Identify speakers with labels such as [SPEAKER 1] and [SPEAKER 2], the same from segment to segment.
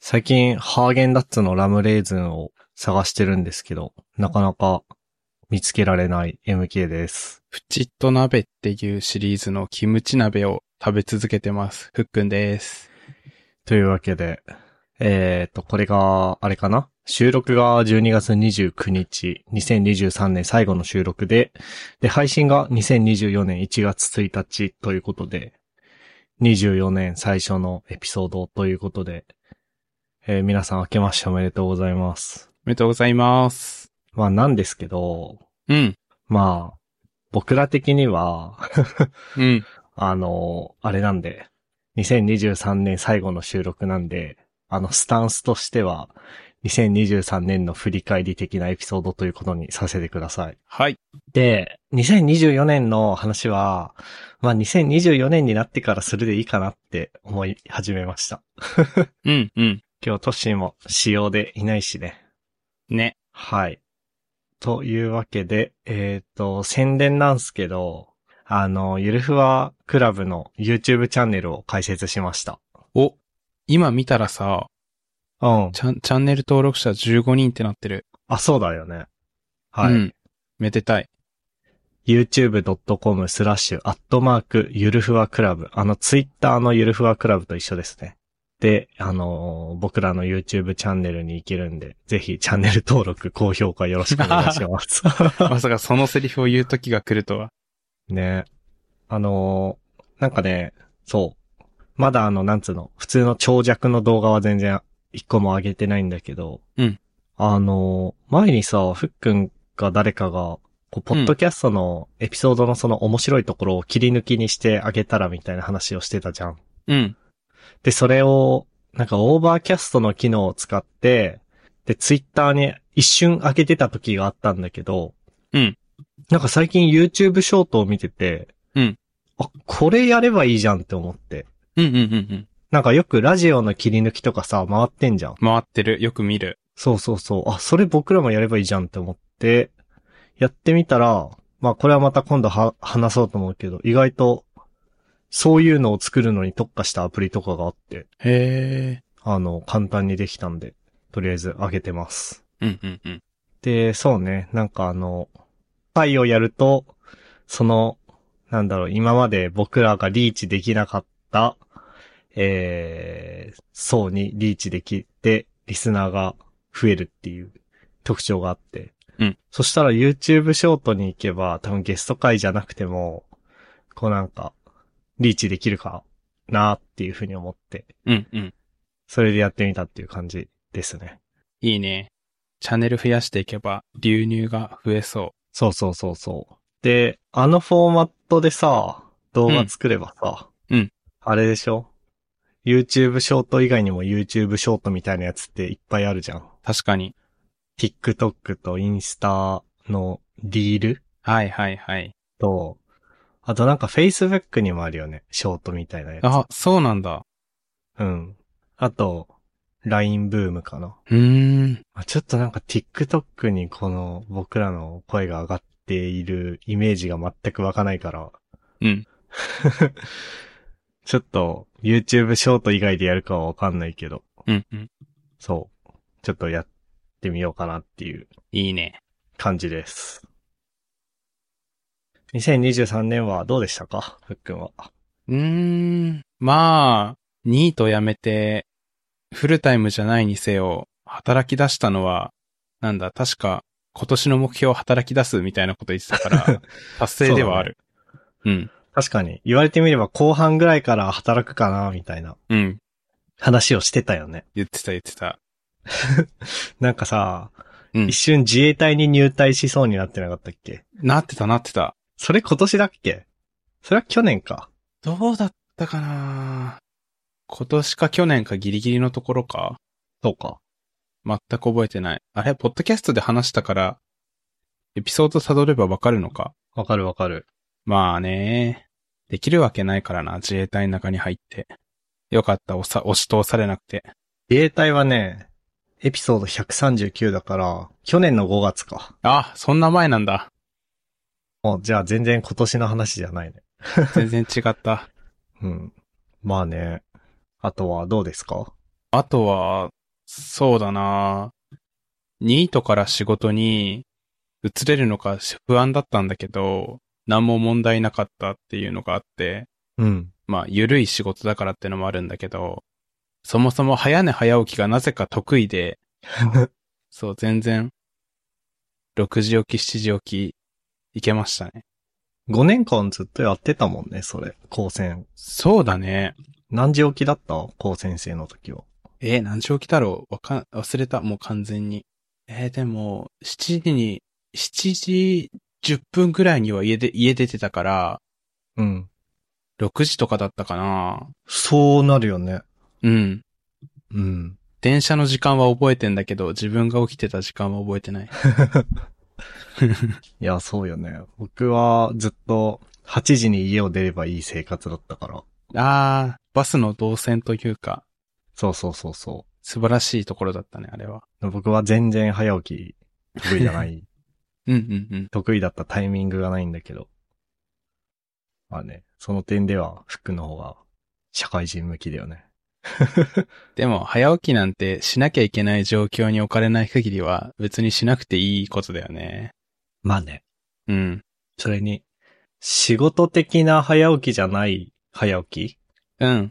[SPEAKER 1] 最近、ハーゲンダッツのラムレーズンを探してるんですけど、なかなか見つけられない MK です。
[SPEAKER 2] プチッと鍋っていうシリーズのキムチ鍋を食べ続けてます。ふっくんです。
[SPEAKER 1] というわけで、えーと、これが、あれかな収録が12月29日、2023年最後の収録で、で、配信が2024年1月1日ということで、24年最初のエピソードということで、えー皆さん明けましておめでとうございます。
[SPEAKER 2] おめでとうございます。
[SPEAKER 1] まあなんですけど、
[SPEAKER 2] うん。
[SPEAKER 1] まあ、僕ら的には、
[SPEAKER 2] うん。
[SPEAKER 1] あの、あれなんで、2023年最後の収録なんで、あの、スタンスとしては、2023年の振り返り的なエピソードということにさせてください。
[SPEAKER 2] はい。
[SPEAKER 1] で、2024年の話は、まあ、2024年になってからするでいいかなって思い始めました。
[SPEAKER 2] うん。うん。
[SPEAKER 1] 今日トッシーも仕様でいないしね。
[SPEAKER 2] ね。
[SPEAKER 1] はい。というわけで、えっ、と、宣伝なんですけど、あの、ゆるふわクラブの YouTube チャンネルを開設しました。
[SPEAKER 2] お、今見たらさ、
[SPEAKER 1] うん。
[SPEAKER 2] チャンチャンネル登録者15人ってなってる。
[SPEAKER 1] あ、そうだよね。はい。
[SPEAKER 2] うん。めで たい。
[SPEAKER 1] youtube.com スラッシュアットマークゆるふわクラブ。あの、ツイッターのゆるふわクラブと一緒ですね。で、あのー僕らの YouTube チャンネルに行けるんで、ぜひチャンネル登録、高評価よろしくお願いし ます。
[SPEAKER 2] まさかそのセリフを言う時が来るとは。
[SPEAKER 1] ね。あのーなんかね、そう。まだあの、なんつうの、普通の長尺の動画は全然一個も上げてないんだけど。
[SPEAKER 2] うん
[SPEAKER 1] あのー前にさ、ふっくんか誰かが、こうポッドキャストのエピソードのその面白いところを切り抜きにしてあげたらみたいな話をしてたじゃん。
[SPEAKER 2] うん。
[SPEAKER 1] で、それを、なんかオーバーキャストの機能を使って、で、ツイッターに一瞬開けてた時があったんだけど、
[SPEAKER 2] うん。
[SPEAKER 1] なんか最近 YouTube ショートを見てて、
[SPEAKER 2] うん。
[SPEAKER 1] あ、これやればいいじゃんって思って。
[SPEAKER 2] うんうんうん
[SPEAKER 1] なんかよくラジオの切り抜きとかさ、回ってんじゃん。
[SPEAKER 2] うん。回ってる。よく見る。
[SPEAKER 1] そうそうそう。あ、それ僕らもやればいいじゃんって思って、やってみたら、まあこれはまた今度は話そうと思うけど、意外と、そういうのを作るのに特化したアプリとかがあって、
[SPEAKER 2] へ
[SPEAKER 1] あの、簡単にできたんで、とりあえず上げてます。
[SPEAKER 2] え。うんうんうん。
[SPEAKER 1] で、そうね、なんかあの、回をやると、その、なんだろう、今まで僕らがリーチできなかった、えー、層にリーチできて、リスナーが増えるっていう特徴があって。
[SPEAKER 2] うん。
[SPEAKER 1] そしたら YouTube ショートに行けば、多分ゲスト回じゃなくても、こうなんか、リーチできるかなっていうふうに思って、
[SPEAKER 2] うんうん。
[SPEAKER 1] それでやってみたっていう感じですね。
[SPEAKER 2] いいね。チャンネル増やしていけば流入が増えそ
[SPEAKER 1] そうそうそうそう。で、あのフォーマットでさ、動画作ればさ、
[SPEAKER 2] うんうん
[SPEAKER 1] あれでしょ ?YouTube ショート以外にも YouTube ショートみたいなやつっていっぱいあるじゃん。
[SPEAKER 2] う。確かに。
[SPEAKER 1] TikTok とインスタのリール
[SPEAKER 2] はいはいはい。
[SPEAKER 1] と、あとなんか Facebook にもあるよね。ショートみたいなやつ。
[SPEAKER 2] あ、そうなんだ。
[SPEAKER 1] うん。あと、LINE ブームかな。
[SPEAKER 2] うーん。
[SPEAKER 1] まあちょっとなんか TikTok にこの僕らの声が上がっているイメージが全く湧かないから。
[SPEAKER 2] うん。
[SPEAKER 1] ちょっと YouTube ショート以外でやるかはわかんないけど、
[SPEAKER 2] うんうん。
[SPEAKER 1] そう。ちょっとやってみようかなっていう
[SPEAKER 2] いいね。
[SPEAKER 1] 感じです。2023年はどうでしたかふっくんは。
[SPEAKER 2] うーん。まあ、ニート辞めて、フルタイムじゃないにせよ、働き出したのは、なんだ、確か、今年の目標を働き出すみたいなこと言ってた から、達成ではある。うん。
[SPEAKER 1] 確かに、言われてみれば後半ぐらいから働くかな、みたいな
[SPEAKER 2] うん。
[SPEAKER 1] 話をしてたよね。
[SPEAKER 2] 言ってた言ってた。
[SPEAKER 1] なんかさ、
[SPEAKER 2] うん
[SPEAKER 1] 一瞬自衛隊に入隊しそうになってなかったっけ
[SPEAKER 2] なってたなってた。
[SPEAKER 1] それ今年だっけそれは去年か。
[SPEAKER 2] どうだったかな今年か去年かギリギリのところか
[SPEAKER 1] そうか。
[SPEAKER 2] 全く覚えてない。あれ、ポッドキャストで話したから、エピソード辿ればわかるのか。
[SPEAKER 1] わかるわかる。
[SPEAKER 2] まあね。できるわけないからな、自衛隊の中に入って。よかった、押さ、押し通されなくて。
[SPEAKER 1] 自衛隊はね、エピソード139だから、去年の5月か。
[SPEAKER 2] あ、そんな前なんだ。
[SPEAKER 1] もう、じゃあ全然今年の話じゃないね。
[SPEAKER 2] 全然違った。
[SPEAKER 1] うん。まあね。あとはどうですか
[SPEAKER 2] あとは、そうだなニートから仕事に移れるのか不安だったんだけど、何も問題なかったっていうのがあって、
[SPEAKER 1] うん。
[SPEAKER 2] まあ、ゆるい仕事だからってのもあるんだけど、そもそも早寝早起きがなぜか得意で、そう、全然、6時起き、7時起き、いけましたね。
[SPEAKER 1] 5年間ずっとやってたもんね、それ。高専。
[SPEAKER 2] そうだね。
[SPEAKER 1] 何時起きだった高先生の時は。
[SPEAKER 2] えー何時起きだろうわかん、忘れた、もう完全に。えーでも、7時に、7時10分ぐらいには家で、家出てたから、
[SPEAKER 1] うん。
[SPEAKER 2] 6時とかだったかな
[SPEAKER 1] そうなるよね。
[SPEAKER 2] うん。
[SPEAKER 1] うん。
[SPEAKER 2] 電車の時間は覚えてんだけど、自分が起きてた時間は覚えてない。
[SPEAKER 1] いや、そうよね。僕はずっと8時に家を出ればいい生活だったから。
[SPEAKER 2] あー、バスの動線というか、
[SPEAKER 1] そうそうそうそ
[SPEAKER 2] 素晴らしいところだったね、あれは。
[SPEAKER 1] う。僕は全然早起き得意じゃ ない。
[SPEAKER 2] うんうんうん。
[SPEAKER 1] 得意だったタイミングがないんだけど。まあね、その点では服の方が社会人向きだよね。
[SPEAKER 2] でも、早起きなんてしなきゃいけない状況に置かれない限りは、別にしなくていいことだよね。
[SPEAKER 1] まあね。
[SPEAKER 2] うん。
[SPEAKER 1] それに、仕事的な早起きじゃない早起き
[SPEAKER 2] うん。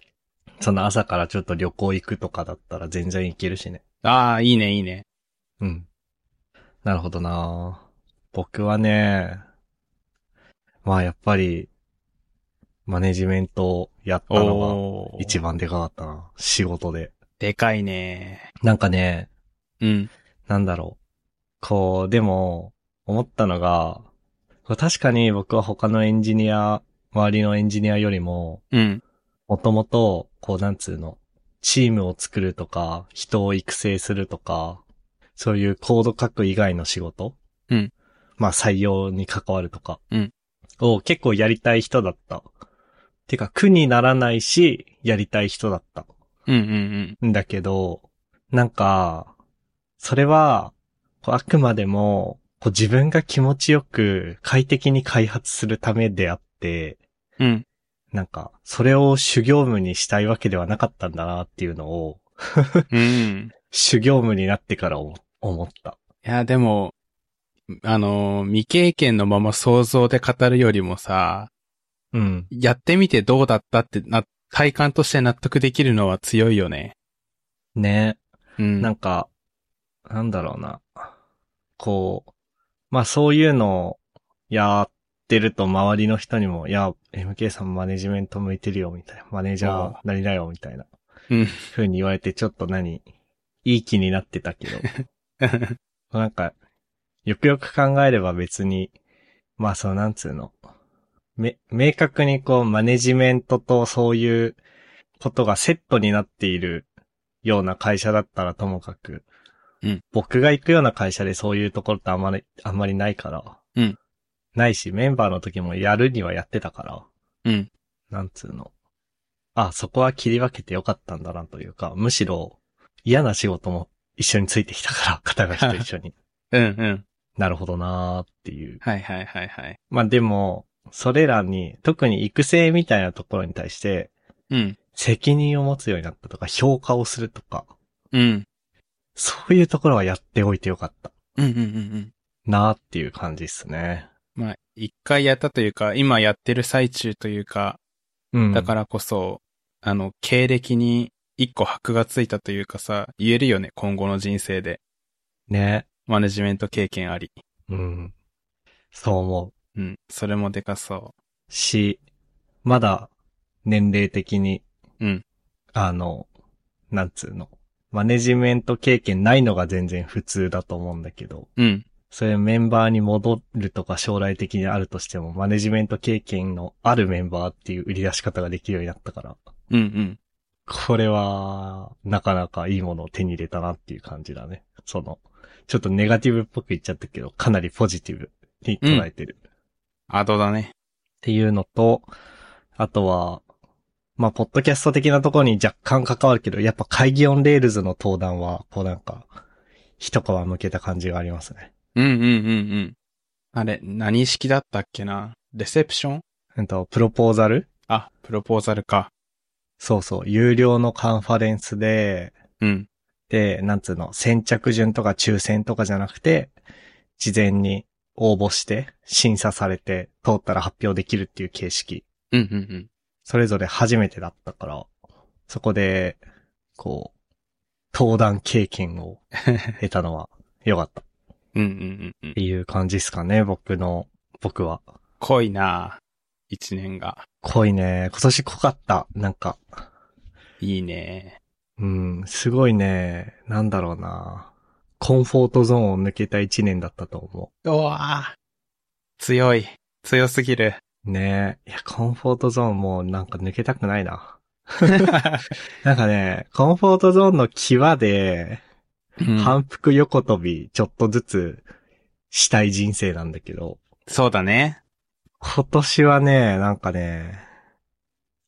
[SPEAKER 1] その朝からちょっと旅行行くとかだったら全然行けるしね。
[SPEAKER 2] ああ、いいね、いいね。
[SPEAKER 1] うん。なるほどな僕はね、まあやっぱり、マネジメントをやったのが
[SPEAKER 2] おー
[SPEAKER 1] 一番でかかったな。仕事で。
[SPEAKER 2] でかいね。
[SPEAKER 1] なんかね、
[SPEAKER 2] うん。
[SPEAKER 1] なんだろう。こう、でも、思ったのが、これ確かに僕は他のエンジニア、周りのエンジニアよりも、
[SPEAKER 2] うん。
[SPEAKER 1] もともと、こう、なんつうの、チームを作るとか、人を育成するとか、そういうコード書く以外の仕事
[SPEAKER 2] うん。
[SPEAKER 1] まあ、採用に関わるとか。
[SPEAKER 2] うん
[SPEAKER 1] を結構やりたい人だった。てか、苦にならないし、やりたい人だった。
[SPEAKER 2] うんうん
[SPEAKER 1] んだけど、なんか、それは、こうあくまでも、こう自分が気持ちよく快適に開発するためであって、
[SPEAKER 2] うん。うん。
[SPEAKER 1] なんか、それを主業務にしたいわけではなかったんだなっていうのを、
[SPEAKER 2] うん。
[SPEAKER 1] 主業務になってから思思った。
[SPEAKER 2] いや、でも、あのー、未経験のまま想像で語るよりもさ、
[SPEAKER 1] うん。
[SPEAKER 2] やってみてどうだったってな、体感として納得できるのは強いよね。
[SPEAKER 1] ね。
[SPEAKER 2] うん。
[SPEAKER 1] なんか、なんだろうな。こう、まあそういうのをやってると周りの人にも、いや、MK さんマネジメント向いてるよ、みたいな。マネージャーなりなよ、みたいな。
[SPEAKER 2] うん
[SPEAKER 1] ふうに言われて、ちょっと何、いい気になってたけど。なんか、よくよく考えれば別に、まあそのなんつうの。め、明確にこうマネジメントとそういうことがセットになっているような会社だったらともかく、
[SPEAKER 2] うん
[SPEAKER 1] 僕が行くような会社でそういうところってあんまり、あんまりないから、
[SPEAKER 2] うん
[SPEAKER 1] ないし、メンバーの時もやるにはやってたから、
[SPEAKER 2] うん。
[SPEAKER 1] なんつうの。あ、そこは切り分けてよかったんだなというか、むしろ嫌な仕事も一緒についてきたから、肩書きと一緒に。
[SPEAKER 2] うんうん。
[SPEAKER 1] なるほどなーっていう。
[SPEAKER 2] はいはいはいはい。
[SPEAKER 1] まあでも、それらに、特に育成みたいなところに対して、
[SPEAKER 2] うん。
[SPEAKER 1] 責任を持つようになったとか、評価をするとか、
[SPEAKER 2] うん。
[SPEAKER 1] そういうところはやっておいてよかった
[SPEAKER 2] うんうんうんうん。
[SPEAKER 1] なーっていう感じですね。
[SPEAKER 2] まあ、一回やったというか、今やってる最中というか、
[SPEAKER 1] うん。、
[SPEAKER 2] だかららこそ、あの、経歴に一個箔がついたというかさ、言えるよね、今後の人生で。
[SPEAKER 1] ね。
[SPEAKER 2] マネジメント経験あり。
[SPEAKER 1] うん。そう思う。
[SPEAKER 2] うん。それもでかそ
[SPEAKER 1] し、まだ、年齢的に、
[SPEAKER 2] うん。
[SPEAKER 1] あの、なんつうの。マネジメント経験ないのが全然普通だと思うんだけど、
[SPEAKER 2] う。うん。
[SPEAKER 1] それメンバーに戻るとか将来的にあるとしても、マネジメント経験のあるメンバーっていう売り出し方ができるようになったから、
[SPEAKER 2] うんうん。
[SPEAKER 1] これは、なかなかいいものを手に入れたなっていう感じだね。その、ちょっとネガティブっぽく言っちゃったけど、かなりポジティブに捉えてる。っ
[SPEAKER 2] アドだね。
[SPEAKER 1] ていうのと、あとは、まあ、ポッドキャスト的なところに若干関わるけど、やっぱ会議オンレールズの登壇は、こうなんか、一皮向けた感じがありますね。
[SPEAKER 2] うんうんうんうん。あれ、何式だったっけなレセプション
[SPEAKER 1] うんと、プロポーザル
[SPEAKER 2] あ、プロポーザルか。
[SPEAKER 1] そうそう、有料のカンファレンスで、
[SPEAKER 2] うん。
[SPEAKER 1] で、なんつうの、先着順とか抽選とかじゃなくて、事前に応募して、審査されて、通ったら発表できるっていう形式。
[SPEAKER 2] うんうん
[SPEAKER 1] それぞれ初めてだったから、そこで、こう、登壇経験を得たのは良かったっ
[SPEAKER 2] うん。うんうんうんうん。
[SPEAKER 1] ていう感じですかね、僕の、僕は。
[SPEAKER 2] 濃いな一年が。
[SPEAKER 1] 濃いね。今年濃かった。なんか、
[SPEAKER 2] いいね
[SPEAKER 1] うん、すごいね。なんだろうな。コンフォートゾーンを抜けた一年だったと思
[SPEAKER 2] うわ強い。強すぎる。
[SPEAKER 1] う。ねえ。いや、コンフォートゾーンもうなんか抜けたくないな。なんかね、コンフォートゾーンの際で、
[SPEAKER 2] うん
[SPEAKER 1] 反復横跳び、ちょっとずつ、したい人生なんだけど、
[SPEAKER 2] そうだね。
[SPEAKER 1] 今年はね、なんかね、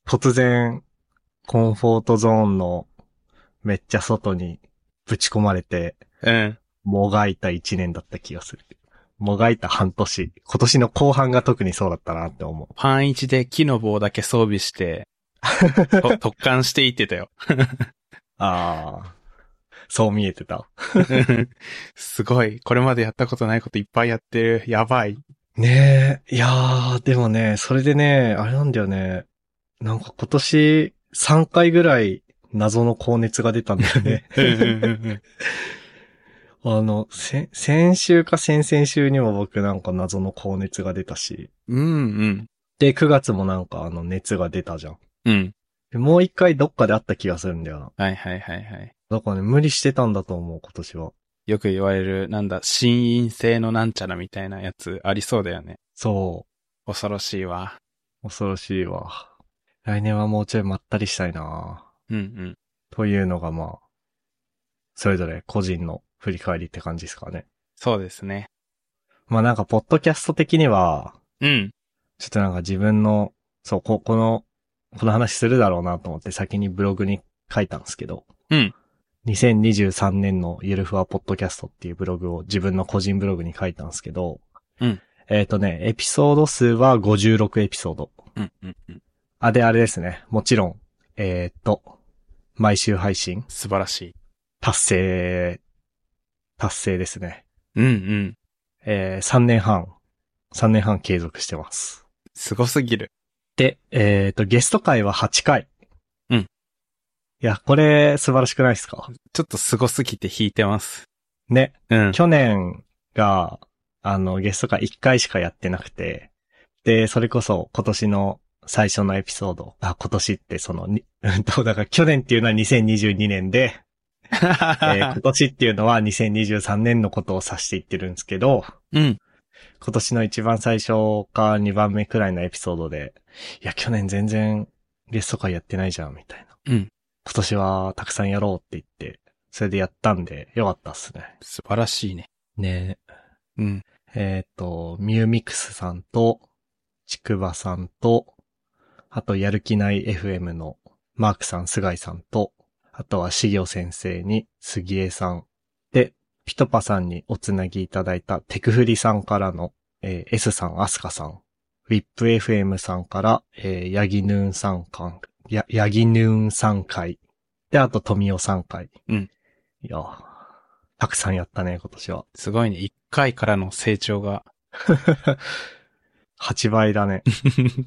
[SPEAKER 1] 突然、コンフォートゾーンの、めっちゃ外に、ぶち込まれて、
[SPEAKER 2] うん。
[SPEAKER 1] もがいた一年だった気がする。もがいた半年。今年の後半が特にそうだったなって思う。
[SPEAKER 2] パン一で木の棒だけ装備して、と突貫していってたよ。
[SPEAKER 1] ああ。そう見えてた。
[SPEAKER 2] すごい。これまでやったことないこといっぱいやってる。やばい。
[SPEAKER 1] ねえ。いやー、でもね、それでね、あれなんだよね。なんか今年3回ぐらい謎の高熱が出たんだよ ね。あの、せ、先週か先々週にも僕なんか謎の高熱が出たし。
[SPEAKER 2] うんうん。
[SPEAKER 1] で、9月もなんかあの熱が出たじゃん。
[SPEAKER 2] うん。
[SPEAKER 1] でもう一回どっかであった気がするんだよな。
[SPEAKER 2] はいはいはいはい。
[SPEAKER 1] だからね、無理してたんだと思う、今年は。
[SPEAKER 2] よく言われる、なんだ、心因性のなんちゃらみたいなやつありそうだよね。
[SPEAKER 1] そ
[SPEAKER 2] 恐ろしいわ。
[SPEAKER 1] う。恐ろしいわ。来年はもうちょいまったりしたいな
[SPEAKER 2] うんうん。
[SPEAKER 1] というのがまあ、それぞれ個人の振り返りって感じですかね。
[SPEAKER 2] そうですね。
[SPEAKER 1] まあなんか、ポッドキャスト的には、
[SPEAKER 2] うん。
[SPEAKER 1] ちょっとなんか自分の、そう、こ、この、この話するだろうなと思って先にブログに書いたんですけど。
[SPEAKER 2] うん。
[SPEAKER 1] 2023年のゆるふわポッドキャストっていうブログを自分の個人ブログに書いたんですけど。
[SPEAKER 2] うん。
[SPEAKER 1] えっ、とね、エピソード数は56エピソード。
[SPEAKER 2] うんうんうん。
[SPEAKER 1] あ、で、あれですね。もちろん、えーっと、毎週配信、
[SPEAKER 2] 素晴らしい。
[SPEAKER 1] 達成、達成ですね。
[SPEAKER 2] うんうん。
[SPEAKER 1] えー、3年半、3年半継続してます。
[SPEAKER 2] すごすぎる。
[SPEAKER 1] で、えーっと、ゲスト回は8回。
[SPEAKER 2] うん
[SPEAKER 1] いや、これ、素晴らしくないですか
[SPEAKER 2] ちょっとすごすぎて引いてます。
[SPEAKER 1] ね。
[SPEAKER 2] うん。
[SPEAKER 1] 去年が、あの、ゲスト回1回しかやってなくて、で、それこそ今年の最初のエピソード、あ、今年ってその、に うんと、だから去年っていうのは2022年で、えー 今年っていうのは2023年のことを指していってるんですけど、
[SPEAKER 2] うん。
[SPEAKER 1] 今年の一番最初か2番目くらいのエピソードで、いや、去年全然ゲスト会やってないじゃん、みたいな。
[SPEAKER 2] うん。
[SPEAKER 1] 今年はたくさんやろうって言って、それでやったんで、よかったっすね。
[SPEAKER 2] 素晴らしいね。
[SPEAKER 1] ね
[SPEAKER 2] うん。
[SPEAKER 1] えっ、と、ミューミックスさんと、ちくばさんと、あと、やる気ない FM のマークさん、菅井さんと、あとは、しぎょ先生に、杉江さん。で、ピトパさんにおつなぎいただいた、テクフリさんからの、えー S さん、アスカさん。ウィップ FM さんから、えーヤギヌーンさんかや、ヤギヌーンさん回。で、あと、富尾さん回。
[SPEAKER 2] うん。
[SPEAKER 1] いやー、たくさんやったね、今年は。
[SPEAKER 2] すごいね。一回からの成長 が。
[SPEAKER 1] 8倍だね。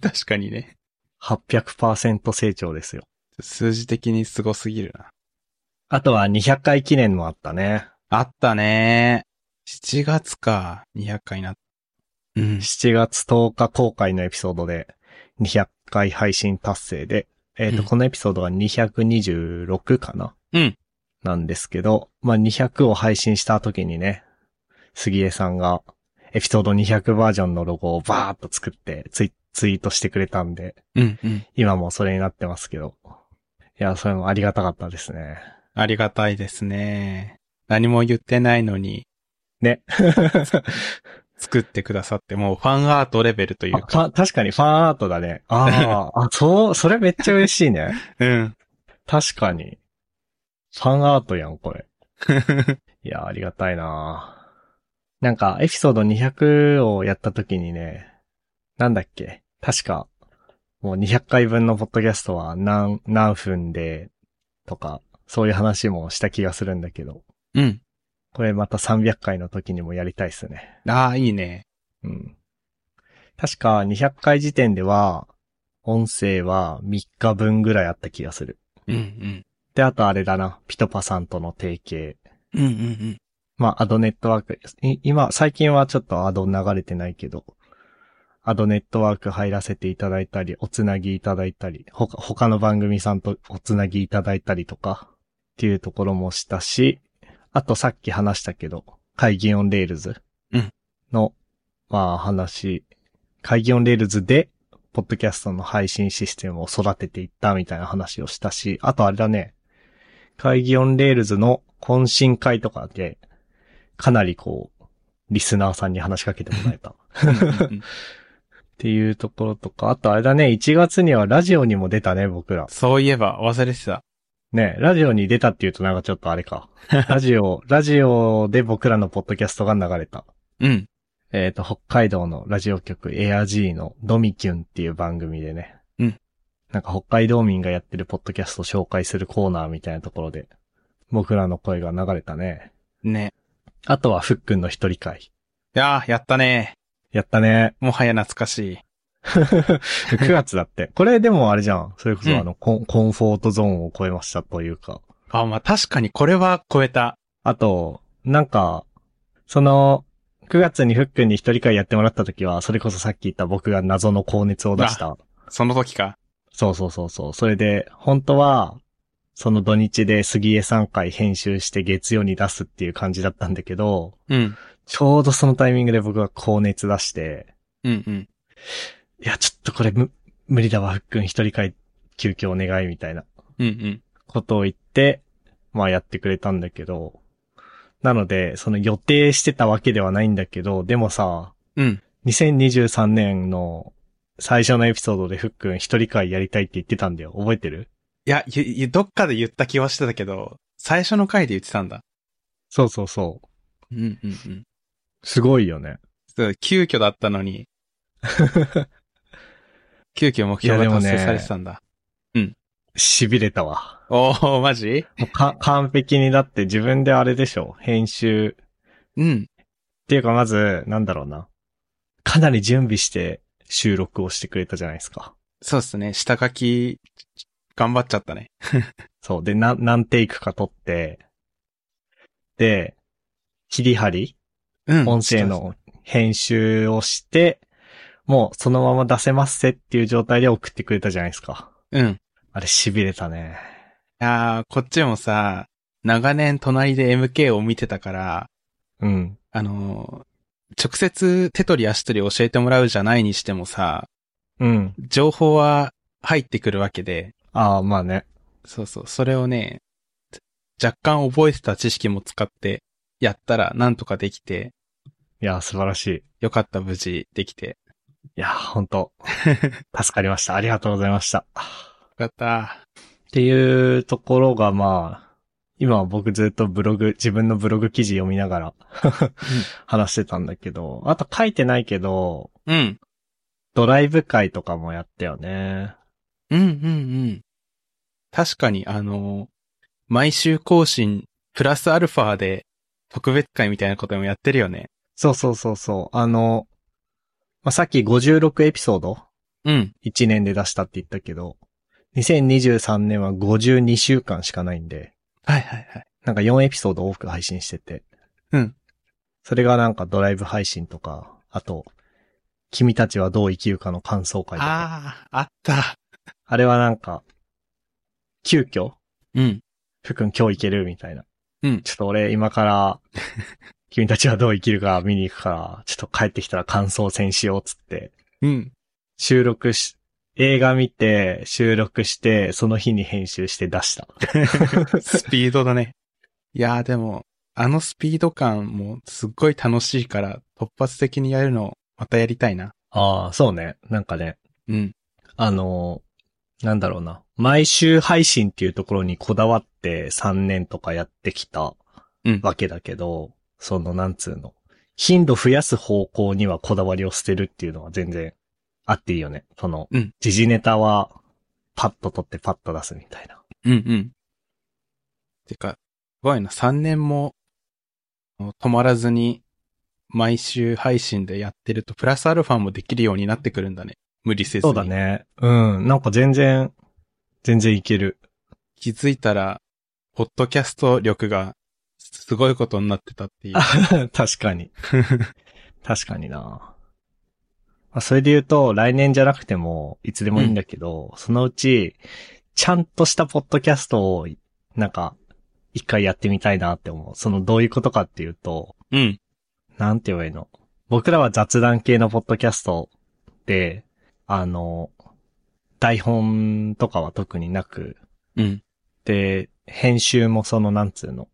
[SPEAKER 2] 確かにね。
[SPEAKER 1] 800%成長ですよ。
[SPEAKER 2] 数字的にすごすぎるな。
[SPEAKER 1] あとは200回記念もあったね。
[SPEAKER 2] あったね7月か。200回な。うん。
[SPEAKER 1] 7月10日公開のエピソードで200回配信達成で、えっ、と、
[SPEAKER 2] うん
[SPEAKER 1] このエピソードが226かな
[SPEAKER 2] うん。
[SPEAKER 1] なんですけど、まあ、200を配信した時にね、杉江さんがエピソード200バージョンのロゴをバーっと作ってツイツイートしてくれたんで、
[SPEAKER 2] うん。うん。
[SPEAKER 1] 今もそれになってますけど。いや、それもありがたかったです ね。
[SPEAKER 2] ありがたいですね。何も言ってないのに
[SPEAKER 1] ね。
[SPEAKER 2] 作ってくださって、もうファンアートレベルというか。
[SPEAKER 1] あファン確かにファンアートだね。あ あ、あ、そう、それめっちゃ嬉しいね。
[SPEAKER 2] うん。
[SPEAKER 1] 確かに。ファンアートやん、これ。いや、ありがたいななんか、エピソード200をやった時にね、なんだっけ確か、もう200回分のポッドキャストは何、何分で、とか、そういう話もした気がするんだけど、
[SPEAKER 2] うん。
[SPEAKER 1] これまた300回の時にもやりたいっすね。
[SPEAKER 2] ああ、いいね。
[SPEAKER 1] うん。確か200回時点では、音声は3日分ぐらいあった気がする。
[SPEAKER 2] うん
[SPEAKER 1] で、あとあれだな、ピトパさんとの提携。
[SPEAKER 2] うん。うんうん
[SPEAKER 1] まあ、アドネットワーク、い今、最近はちょっとアド流れてないけど、アドネットワーク入らせていただいたり、おつなぎいただいたり、他他の番組さんとおつなぎいただいたりとか、っていうところもしたし、あとさっき話したけど、会議オンレールズ
[SPEAKER 2] うん
[SPEAKER 1] の、まあ話、会議オンレールズで、ポッドキャストの配信システムを育てていったみたいな話をしたし、あとあれだね、会議オンレールズの懇親会とかで、かなりこう、リスナーさんに話しかけてもらえた。っ
[SPEAKER 2] うんうん。
[SPEAKER 1] ていうところとか、あとあれだね、1月にはラジオにも出たね、僕ら。
[SPEAKER 2] そういえば忘れてた。
[SPEAKER 1] ね、ラジオに出たっていうとなんかちょっとあれ か。ラジオ、ラジオで僕らのポッドキャストが流れた。
[SPEAKER 2] うん。
[SPEAKER 1] えっ、と、北海道のラジオ局エアジーのドミキュンっていう番組でね。
[SPEAKER 2] うん。
[SPEAKER 1] なんか北海道民がやってるポッドキャスト紹介するコーナーみたいなところで、僕らの声が流れたね。
[SPEAKER 2] ね。
[SPEAKER 1] あとはふっくんの一人会。
[SPEAKER 2] いやーやったね。
[SPEAKER 1] やったね。
[SPEAKER 2] もはや懐かしい。
[SPEAKER 1] 9月だって。これでもあれじゃん。それこ
[SPEAKER 2] うん
[SPEAKER 1] そあの、コンコンフォートゾーンを超えましたというか。
[SPEAKER 2] あ、まあ確かにこれは超えた。
[SPEAKER 1] あと、なんか、その、9月にフックに一人会やってもらった時は、それこそさっき言った僕が謎の高熱を出した。
[SPEAKER 2] その時か。
[SPEAKER 1] そうそうそうそう。それで、本当は、その土日で杉江3回編集して月曜に出すっていう感じだったんだけど、
[SPEAKER 2] うん。
[SPEAKER 1] ちょうどそのタイミングで僕が高熱出して、
[SPEAKER 2] うんうん。
[SPEAKER 1] いや、ちょっとこれむ、無理だわ、フックン一人会急遽お願いみたいな。
[SPEAKER 2] うんうん。
[SPEAKER 1] ことを言って、まあやってくれたんだけど、なので、その予定してたわけではないんだけど、でもさ、
[SPEAKER 2] うん。
[SPEAKER 1] 2023年の最初のエピソードでふっくん一人会やりたいって言ってたんだよ。覚えてる
[SPEAKER 2] いや、ゆ、ゆ、どっかで言った気はしてたけど、最初の回で言ってたんだ。
[SPEAKER 1] そうそうそう。
[SPEAKER 2] うんうんうん。
[SPEAKER 1] すごいよね。
[SPEAKER 2] そう急遽だったの に。急遽目標が達成されてたんだ。
[SPEAKER 1] 痺れたわ。
[SPEAKER 2] おー、マジ
[SPEAKER 1] もう か、完璧にだって自分であれでしょ。編集。
[SPEAKER 2] うん。
[SPEAKER 1] っていうかまず、なんだろうな。かなり準備して収録をしてくれたじゃないですか。
[SPEAKER 2] そうですね。下書き、頑張っちゃったね。
[SPEAKER 1] そう。で、な、何テイクか撮って、で、切り張り
[SPEAKER 2] うん。
[SPEAKER 1] 音声の編集をして、もうそのまま出せますせっていう状態で送ってくれたじゃないですか。
[SPEAKER 2] うん。い
[SPEAKER 1] あれ痺れたね。
[SPEAKER 2] やーこっちもさ、長年隣で MK を見てたから、
[SPEAKER 1] うん。
[SPEAKER 2] あのー直接手取り足取り教えてもらうじゃないにしてもさ、
[SPEAKER 1] うん。
[SPEAKER 2] 情報は入ってくるわけで、
[SPEAKER 1] ああ、まあね。
[SPEAKER 2] そうそう、それをね、若干覚えてた知識も使って、やったらなんとかできて、
[SPEAKER 1] いや、素晴らしい。い
[SPEAKER 2] よかった、無事できて。
[SPEAKER 1] や、本 当助かりました。ありがとうございました。
[SPEAKER 2] よかった。
[SPEAKER 1] っていうところがまあ、今は僕ずっとブログ、自分のブログ記事読みながら話してたんだけど、あと書いてないけど、
[SPEAKER 2] うん。
[SPEAKER 1] ドライブ会とかもやったよね。
[SPEAKER 2] うん、うん、うん。確かに、あの、毎週更新、プラスアルファで、特別会みたいなこともやってるよね。
[SPEAKER 1] そうそうそうそう。あの、まあ、さっき56エピソード
[SPEAKER 2] うん。
[SPEAKER 1] 1年で出したって言ったけど、2023年は52週間しかないんで、
[SPEAKER 2] はいはいはい。
[SPEAKER 1] なんか4エピソード多く配信してて。
[SPEAKER 2] うん。
[SPEAKER 1] それがなんかドライブ配信とか、あと、君たちはどう生きるかの感想会とか。
[SPEAKER 2] ああ、あった。
[SPEAKER 1] あれはなんか、急遽、
[SPEAKER 2] うん。
[SPEAKER 1] ふくん今日行けるみたいな。
[SPEAKER 2] うん
[SPEAKER 1] ちょっと俺今 から、君たちはどう生きるか見に行くから、ちょっと帰ってきたら感想戦しようっつって、
[SPEAKER 2] うん。
[SPEAKER 1] 収録し、映画見て、収録して、その日に編集して出した。
[SPEAKER 2] スピードだね。 いやーでも、あのスピード感もすっごい楽しいから、突発的にやるの、またやりたいな。
[SPEAKER 1] ああ、そうね。なんかね、
[SPEAKER 2] うん。
[SPEAKER 1] あのーなんだろうな。毎週配信っていうところにこだわって3年とかやってきた
[SPEAKER 2] うん。
[SPEAKER 1] わけだけど、そのなんつうの。頻度増やす方向にはこだわりを捨てるっていうのは全然あっていいよね。その
[SPEAKER 2] うん、
[SPEAKER 1] 時事ネタはパッと取ってパッと出すみたいな。
[SPEAKER 2] うんうん。てか、すごいな、3年も止まらずに毎週配信でやってると、プラスアルファもできるようになってくるんだね。無理せず
[SPEAKER 1] そ
[SPEAKER 2] に。
[SPEAKER 1] うだ。ね。うん。なんか全然、全然いける。
[SPEAKER 2] 気づいたら、ポッドキャスト力がすごいことになってたっていう。
[SPEAKER 1] 確かに。確かにな。まあ、それで言うと、来年じゃなくても、いつでもいいんだけど、そのうち、ちゃんとしたポッドキャストを、なんか、一回やってみたいなって思う。その、どういうことかっていうと、
[SPEAKER 2] うん。
[SPEAKER 1] なんて言えばいいの僕らは雑談系のポッドキャストで、あの、台本とかは特になく、
[SPEAKER 2] うん。
[SPEAKER 1] で、編集もそのなんつうの、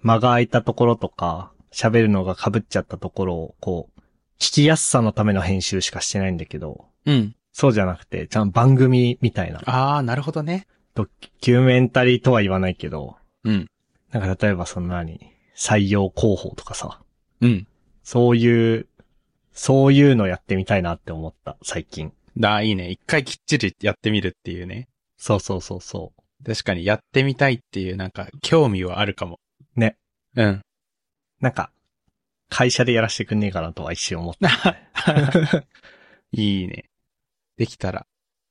[SPEAKER 1] 間が空いたところとか、喋るのが被っちゃったところを、こう、聞きやすさのための編集しかしてないんだけど、
[SPEAKER 2] うん。
[SPEAKER 1] そうじゃなくて、ちゃんと番組みたいな、
[SPEAKER 2] あー、なるほどね。
[SPEAKER 1] ドキュメンタリーとは言わないけど、
[SPEAKER 2] うん。
[SPEAKER 1] なんか例えばその何、採用広報とかさ、
[SPEAKER 2] うん。
[SPEAKER 1] そういう、そういうのやってみたいなって思った、最近。
[SPEAKER 2] だ、いいね。一回きっちりやってみるっていうね。
[SPEAKER 1] そうそうそうそ
[SPEAKER 2] 確かにやってみたいっていうなんか興味はあるかも。
[SPEAKER 1] ね。
[SPEAKER 2] うん。
[SPEAKER 1] う。なんか、会社でやらせてくんねえかなとは一瞬思った。
[SPEAKER 2] いいね。できたら、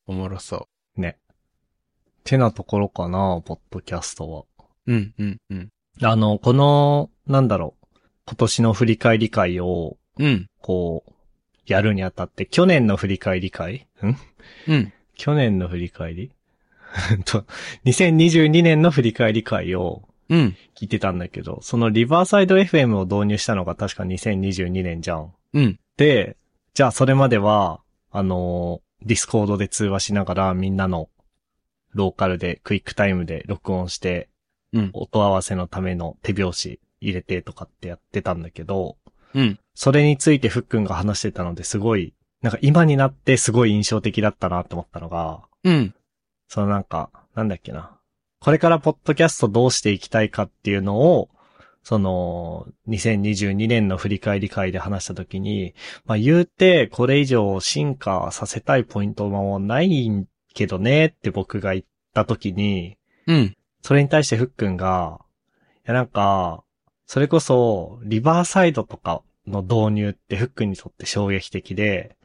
[SPEAKER 2] おもろそ
[SPEAKER 1] ね。てなところかな、ポッドキャストは。
[SPEAKER 2] う。うん、うん、うん。
[SPEAKER 1] あの、この、なんだろう、今年の振り返り会を、
[SPEAKER 2] うん、
[SPEAKER 1] こう、やるにあたって、去年の振り返り会ん
[SPEAKER 2] うん、
[SPEAKER 1] 去年の振り返り と、2022年の振り返り会を
[SPEAKER 2] うん、
[SPEAKER 1] 聞いてたんだけど、そのリバーサイド FM を導入したのが確か2022年じゃん。
[SPEAKER 2] うん、
[SPEAKER 1] で、じゃあそれまでは、あのーディスコードで通話しながらみんなのローカルでクイックタイムで録音して、
[SPEAKER 2] うん
[SPEAKER 1] 音合わせのための手拍子入れてとかってやってたんだけど、
[SPEAKER 2] うん。
[SPEAKER 1] それについてふっくんが話してたのですごい、なんか今になってすごい印象的だったなって思ったのが、
[SPEAKER 2] うん。
[SPEAKER 1] そのなんか、なんだっけな。これからポッドキャストどうしていきたいかっていうのを、その、2022年の振り返り会で話したときに、まあ言うて、これ以上進化させたいポイントもないけどねって僕が言ったときに、
[SPEAKER 2] うん。
[SPEAKER 1] それに対してふっくんが、いやなんか、それこそ、リバーサイドとかの導入ってふっくんにとって衝撃的で、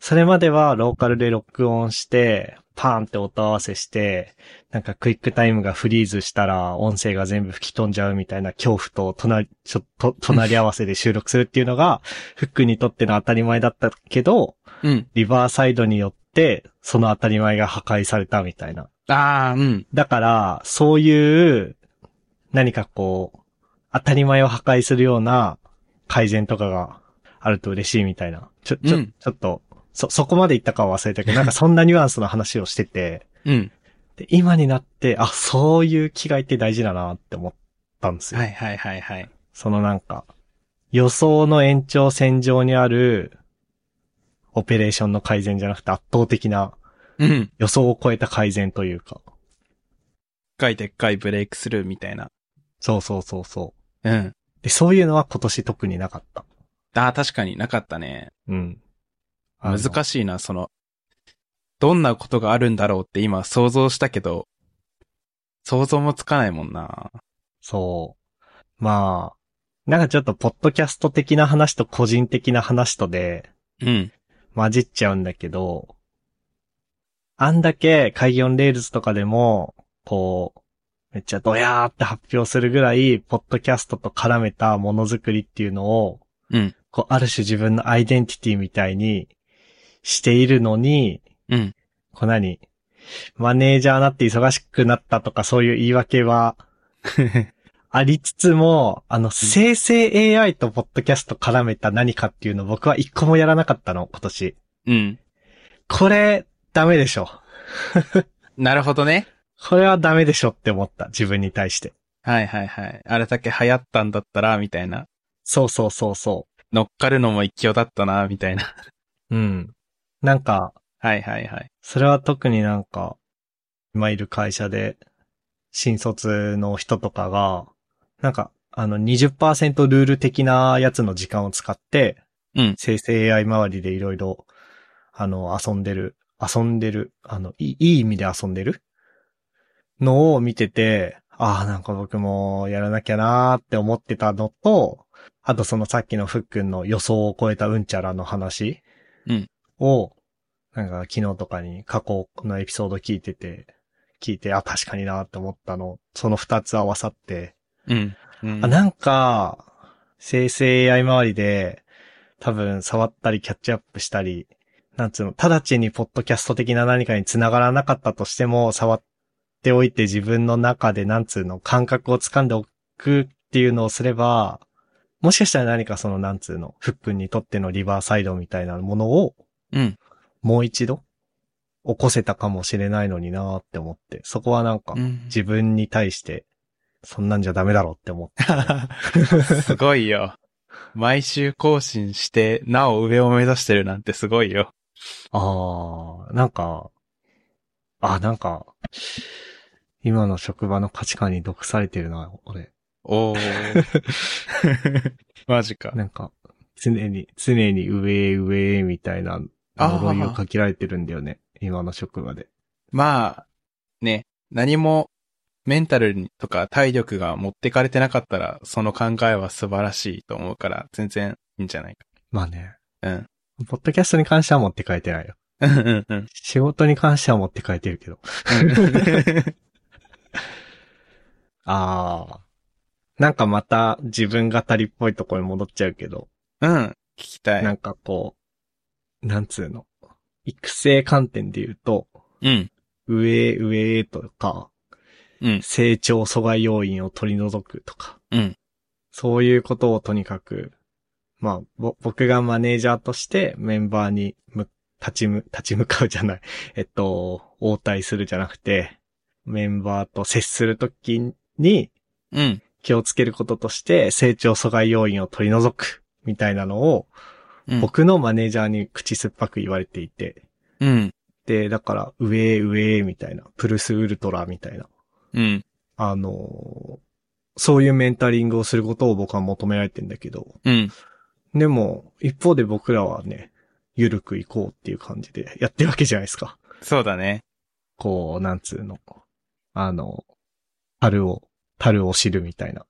[SPEAKER 1] それまではローカルで録音して、パーンって音合わせして、なんかクイックタイムがフリーズしたら音声が全部吹き飛んじゃうみたいな恐怖と隣、ちょっと、隣り合わせで収録するっていうのが、ふっくんにとっての当たり前だったけど、
[SPEAKER 2] うん。
[SPEAKER 1] リバーサイドによって、その当たり前が破壊されたみたいな。
[SPEAKER 2] あー、うん。
[SPEAKER 1] だから、そういう、何かこう、当たり前を破壊するような改善とかがあると嬉しいみたいな。ちょ、ちょ、
[SPEAKER 2] うん
[SPEAKER 1] ちょっと、そ、そこまで言ったかは忘れたけど、なんかそんなニュアンスの話をしてて、
[SPEAKER 2] うん。
[SPEAKER 1] で今になって、あ、そういう気概って大事だなって思ったんですよ。
[SPEAKER 2] はいはいはいはい。
[SPEAKER 1] そのなんか、予想の延長線上にある、オペレーションの改善じゃなくて圧倒的な
[SPEAKER 2] うん。
[SPEAKER 1] 予想を超えた改善というか。
[SPEAKER 2] でっかいでっかいブレイクスルーみたいな。
[SPEAKER 1] そうそうそうそう。
[SPEAKER 2] うん。
[SPEAKER 1] で、そういうのは今年特になかった。
[SPEAKER 2] あー、確かになかったね。
[SPEAKER 1] うん。
[SPEAKER 2] 難しいな、その、どんなことがあるんだろうって今想像したけど、想像もつかないもんな。
[SPEAKER 1] そう。まあ、なんかちょっとポッドキャスト的な話と個人的な話とで
[SPEAKER 2] うん。
[SPEAKER 1] 混じっちゃうんだけど、あんだけ開業レールズとかでも、こう、めっちゃドヤーって発表するぐらい、ポッドキャストと絡めたものづくりっていうのを、
[SPEAKER 2] うん。
[SPEAKER 1] こう、ある種自分のアイデンティティみたいにしているのに、
[SPEAKER 2] うん。
[SPEAKER 1] こう何マネージャーなって忙しくなったとかそういう言い訳はありつつも、あの、生成 AI とポッドキャスト絡めた何かっていうの僕は一個もやらなかったの、今年。
[SPEAKER 2] うん。
[SPEAKER 1] これ、ダメでしょ。
[SPEAKER 2] なるほどね。
[SPEAKER 1] これはダメでしょって思った、自分に対して。
[SPEAKER 2] はいはいはい。あれだけ流行ったんだったら、みたいな。
[SPEAKER 1] そうそうそうそ
[SPEAKER 2] 乗っかるのも一興だったな、みたいな。
[SPEAKER 1] う。うん。なんか、
[SPEAKER 2] はいはいはい。
[SPEAKER 1] それは特になんか、今いる会社で、新卒の人とかが、なんか、あの20%ルール的なやつの時間を使って、
[SPEAKER 2] うん。
[SPEAKER 1] 生成 AI 周りでいろいろ、あの、遊んでる、遊んでる、あの、いいいい意味で遊んでるのを見てて、ああ、なんか僕もやらなきゃなーって思ってたのと、あとそのさっきのふっくんの予想を超えたうんちゃらの話
[SPEAKER 2] うん
[SPEAKER 1] を、なんか昨日とかに過去のエピソード聞いてて、聞いて、あ、確かになーって思ったの、その二つ合わさって、
[SPEAKER 2] うん。うん
[SPEAKER 1] あ、なんか、生成 AI 周りで、多分触ったりキャッチアップしたり、なんつうの、直ちにポッドキャスト的な何かに繋がらなかったとしても、触っておいて自分の中でなんつうの、感覚を掴んでおくっていうのをすれば、もしかしたら何かそのなんつうの、フックンにとってのリバーサイドみたいなものを、
[SPEAKER 2] うん。
[SPEAKER 1] もう一度、起こせたかもしれないのになーって思って、そこはなんか
[SPEAKER 2] う、ん。
[SPEAKER 1] 自分に対して、そんなんじゃダメだろって思って。
[SPEAKER 2] すごいよ。毎週更新して、なお上を目指してるなんてすごいよ。
[SPEAKER 1] ああ、なんか、あ、なんか、今の職場の価値観に毒されてるな、俺。
[SPEAKER 2] おー。 マジか。
[SPEAKER 1] なんか、常に、常に上へ上へみたいな、
[SPEAKER 2] あー
[SPEAKER 1] 呪いをかけられてるんだよね。今の職場で。
[SPEAKER 2] まあ、ね、何もメンタルとか体力が持ってかれてなかったら、その考えは素晴らしいと思うから、全然いいんじゃないか。
[SPEAKER 1] まあね。
[SPEAKER 2] うん。
[SPEAKER 1] ポッドキャストに関しては持って帰ってないよ。
[SPEAKER 2] うんうんうん。
[SPEAKER 1] 仕事に関しては持って帰ってるけど。ああ。なんかまた自分語りっぽいところに戻っちゃうけど。
[SPEAKER 2] うん。聞きた。
[SPEAKER 1] ないんかこう、なんつうの。育成観点で言うと、
[SPEAKER 2] うん。
[SPEAKER 1] 上へ上へとか、
[SPEAKER 2] うん。
[SPEAKER 1] 成長阻害要因を取り除くとか、
[SPEAKER 2] うん。
[SPEAKER 1] そういうことをとにかく、まあ、ぼ僕がマネージャーとしてメンバーにむ立ちむ、立ち向かうじゃない。 えっと、応対するじゃなくて、メンバーと接するときに
[SPEAKER 2] うん。
[SPEAKER 1] 気をつけることとして、成長阻害要因を取り除く、みたいなのを、
[SPEAKER 2] うん。
[SPEAKER 1] 僕のマネージャーに口酸っぱく言われていて、
[SPEAKER 2] うん。
[SPEAKER 1] で、だから、上へ上へみたいな、プルスウルトラみたいな、
[SPEAKER 2] うん。
[SPEAKER 1] あのーそういうメンタリングをすることを僕は求められてんだけど、
[SPEAKER 2] うん。
[SPEAKER 1] でも、一方で僕らはね、ゆるく行こうっていう感じで やってるわけじゃないですか。
[SPEAKER 2] そうだね。
[SPEAKER 1] こう、なんつうの、あの、樽を、樽を知るみたいな。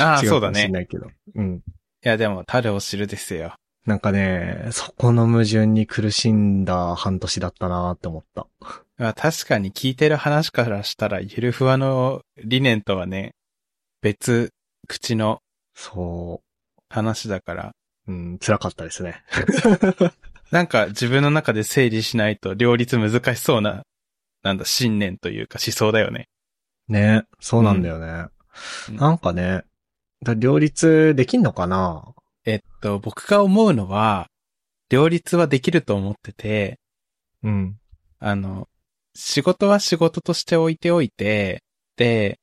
[SPEAKER 2] ああ、
[SPEAKER 1] 違
[SPEAKER 2] そう
[SPEAKER 1] か
[SPEAKER 2] だ
[SPEAKER 1] もしれ
[SPEAKER 2] ね。
[SPEAKER 1] ないけど。うん。
[SPEAKER 2] いや、でも、樽を知るですよ。
[SPEAKER 1] なんかね、そこの矛盾に苦しんだ半年だったなーって思った。
[SPEAKER 2] まあ確かに聞いてる話からしたら、ゆるふわの理念とはね、別、口の
[SPEAKER 1] そう。
[SPEAKER 2] 話だから、
[SPEAKER 1] うん、辛かったですね。
[SPEAKER 2] なんか自分の中で整理しないと両立難しそうな、なんだ、信念というか思想だよね。
[SPEAKER 1] ね、そうなんだよね。
[SPEAKER 2] うん
[SPEAKER 1] なんかね、だ両立できんのかな
[SPEAKER 2] えっと、僕が思うのは、両立はできると思ってて、
[SPEAKER 1] うん。
[SPEAKER 2] あの、仕事は仕事として置いておいて、で、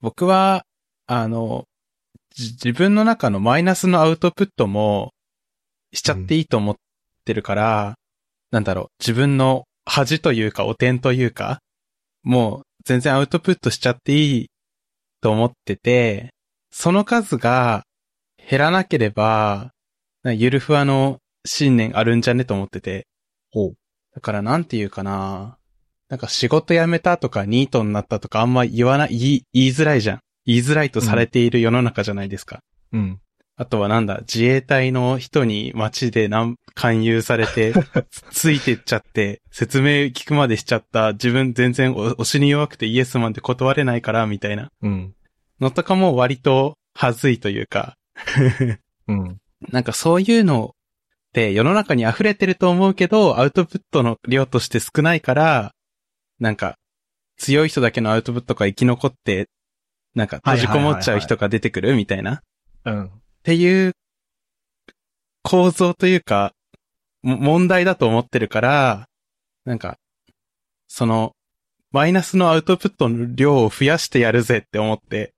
[SPEAKER 2] 僕は、あの、じ自分の中のマイナスのアウトプットもしちゃっていいと思ってるから、なんだろう、自分の恥というか汚点というか、もう全然アウトプットしちゃっていいと思ってて、その数が減らなければ、なゆるふわの信念あるんじゃねと思ってて、
[SPEAKER 1] ほう。
[SPEAKER 2] だからなんて言うかな。なんか仕事辞めたとかニートになったとかあんま言わない、言い、言いづらいじゃん。言いづらいとされている世の中じゃないですか。
[SPEAKER 1] うん。
[SPEAKER 2] あとはなんだ、自衛隊の人に街でなん勧誘されて、つついてっちゃって、説明聞くまでしちゃった、自分全然お押しに弱くてイエスマンって断れないから、みたいな
[SPEAKER 1] うん。
[SPEAKER 2] のとかも割と恥ずいというか、
[SPEAKER 1] うん。
[SPEAKER 2] なんかそういうのって世の中に溢れてると思うけど、アウトプットの量として少ないから、なんか強い人だけのアウトプットが生き残って、なんか閉じこもっちゃう人が出てくるみたいな。っ
[SPEAKER 1] うん。
[SPEAKER 2] ていう構造というか、も問題だと思ってるから、なんか、その、マイナスのアウトプットの量を増やしてやるぜって思って、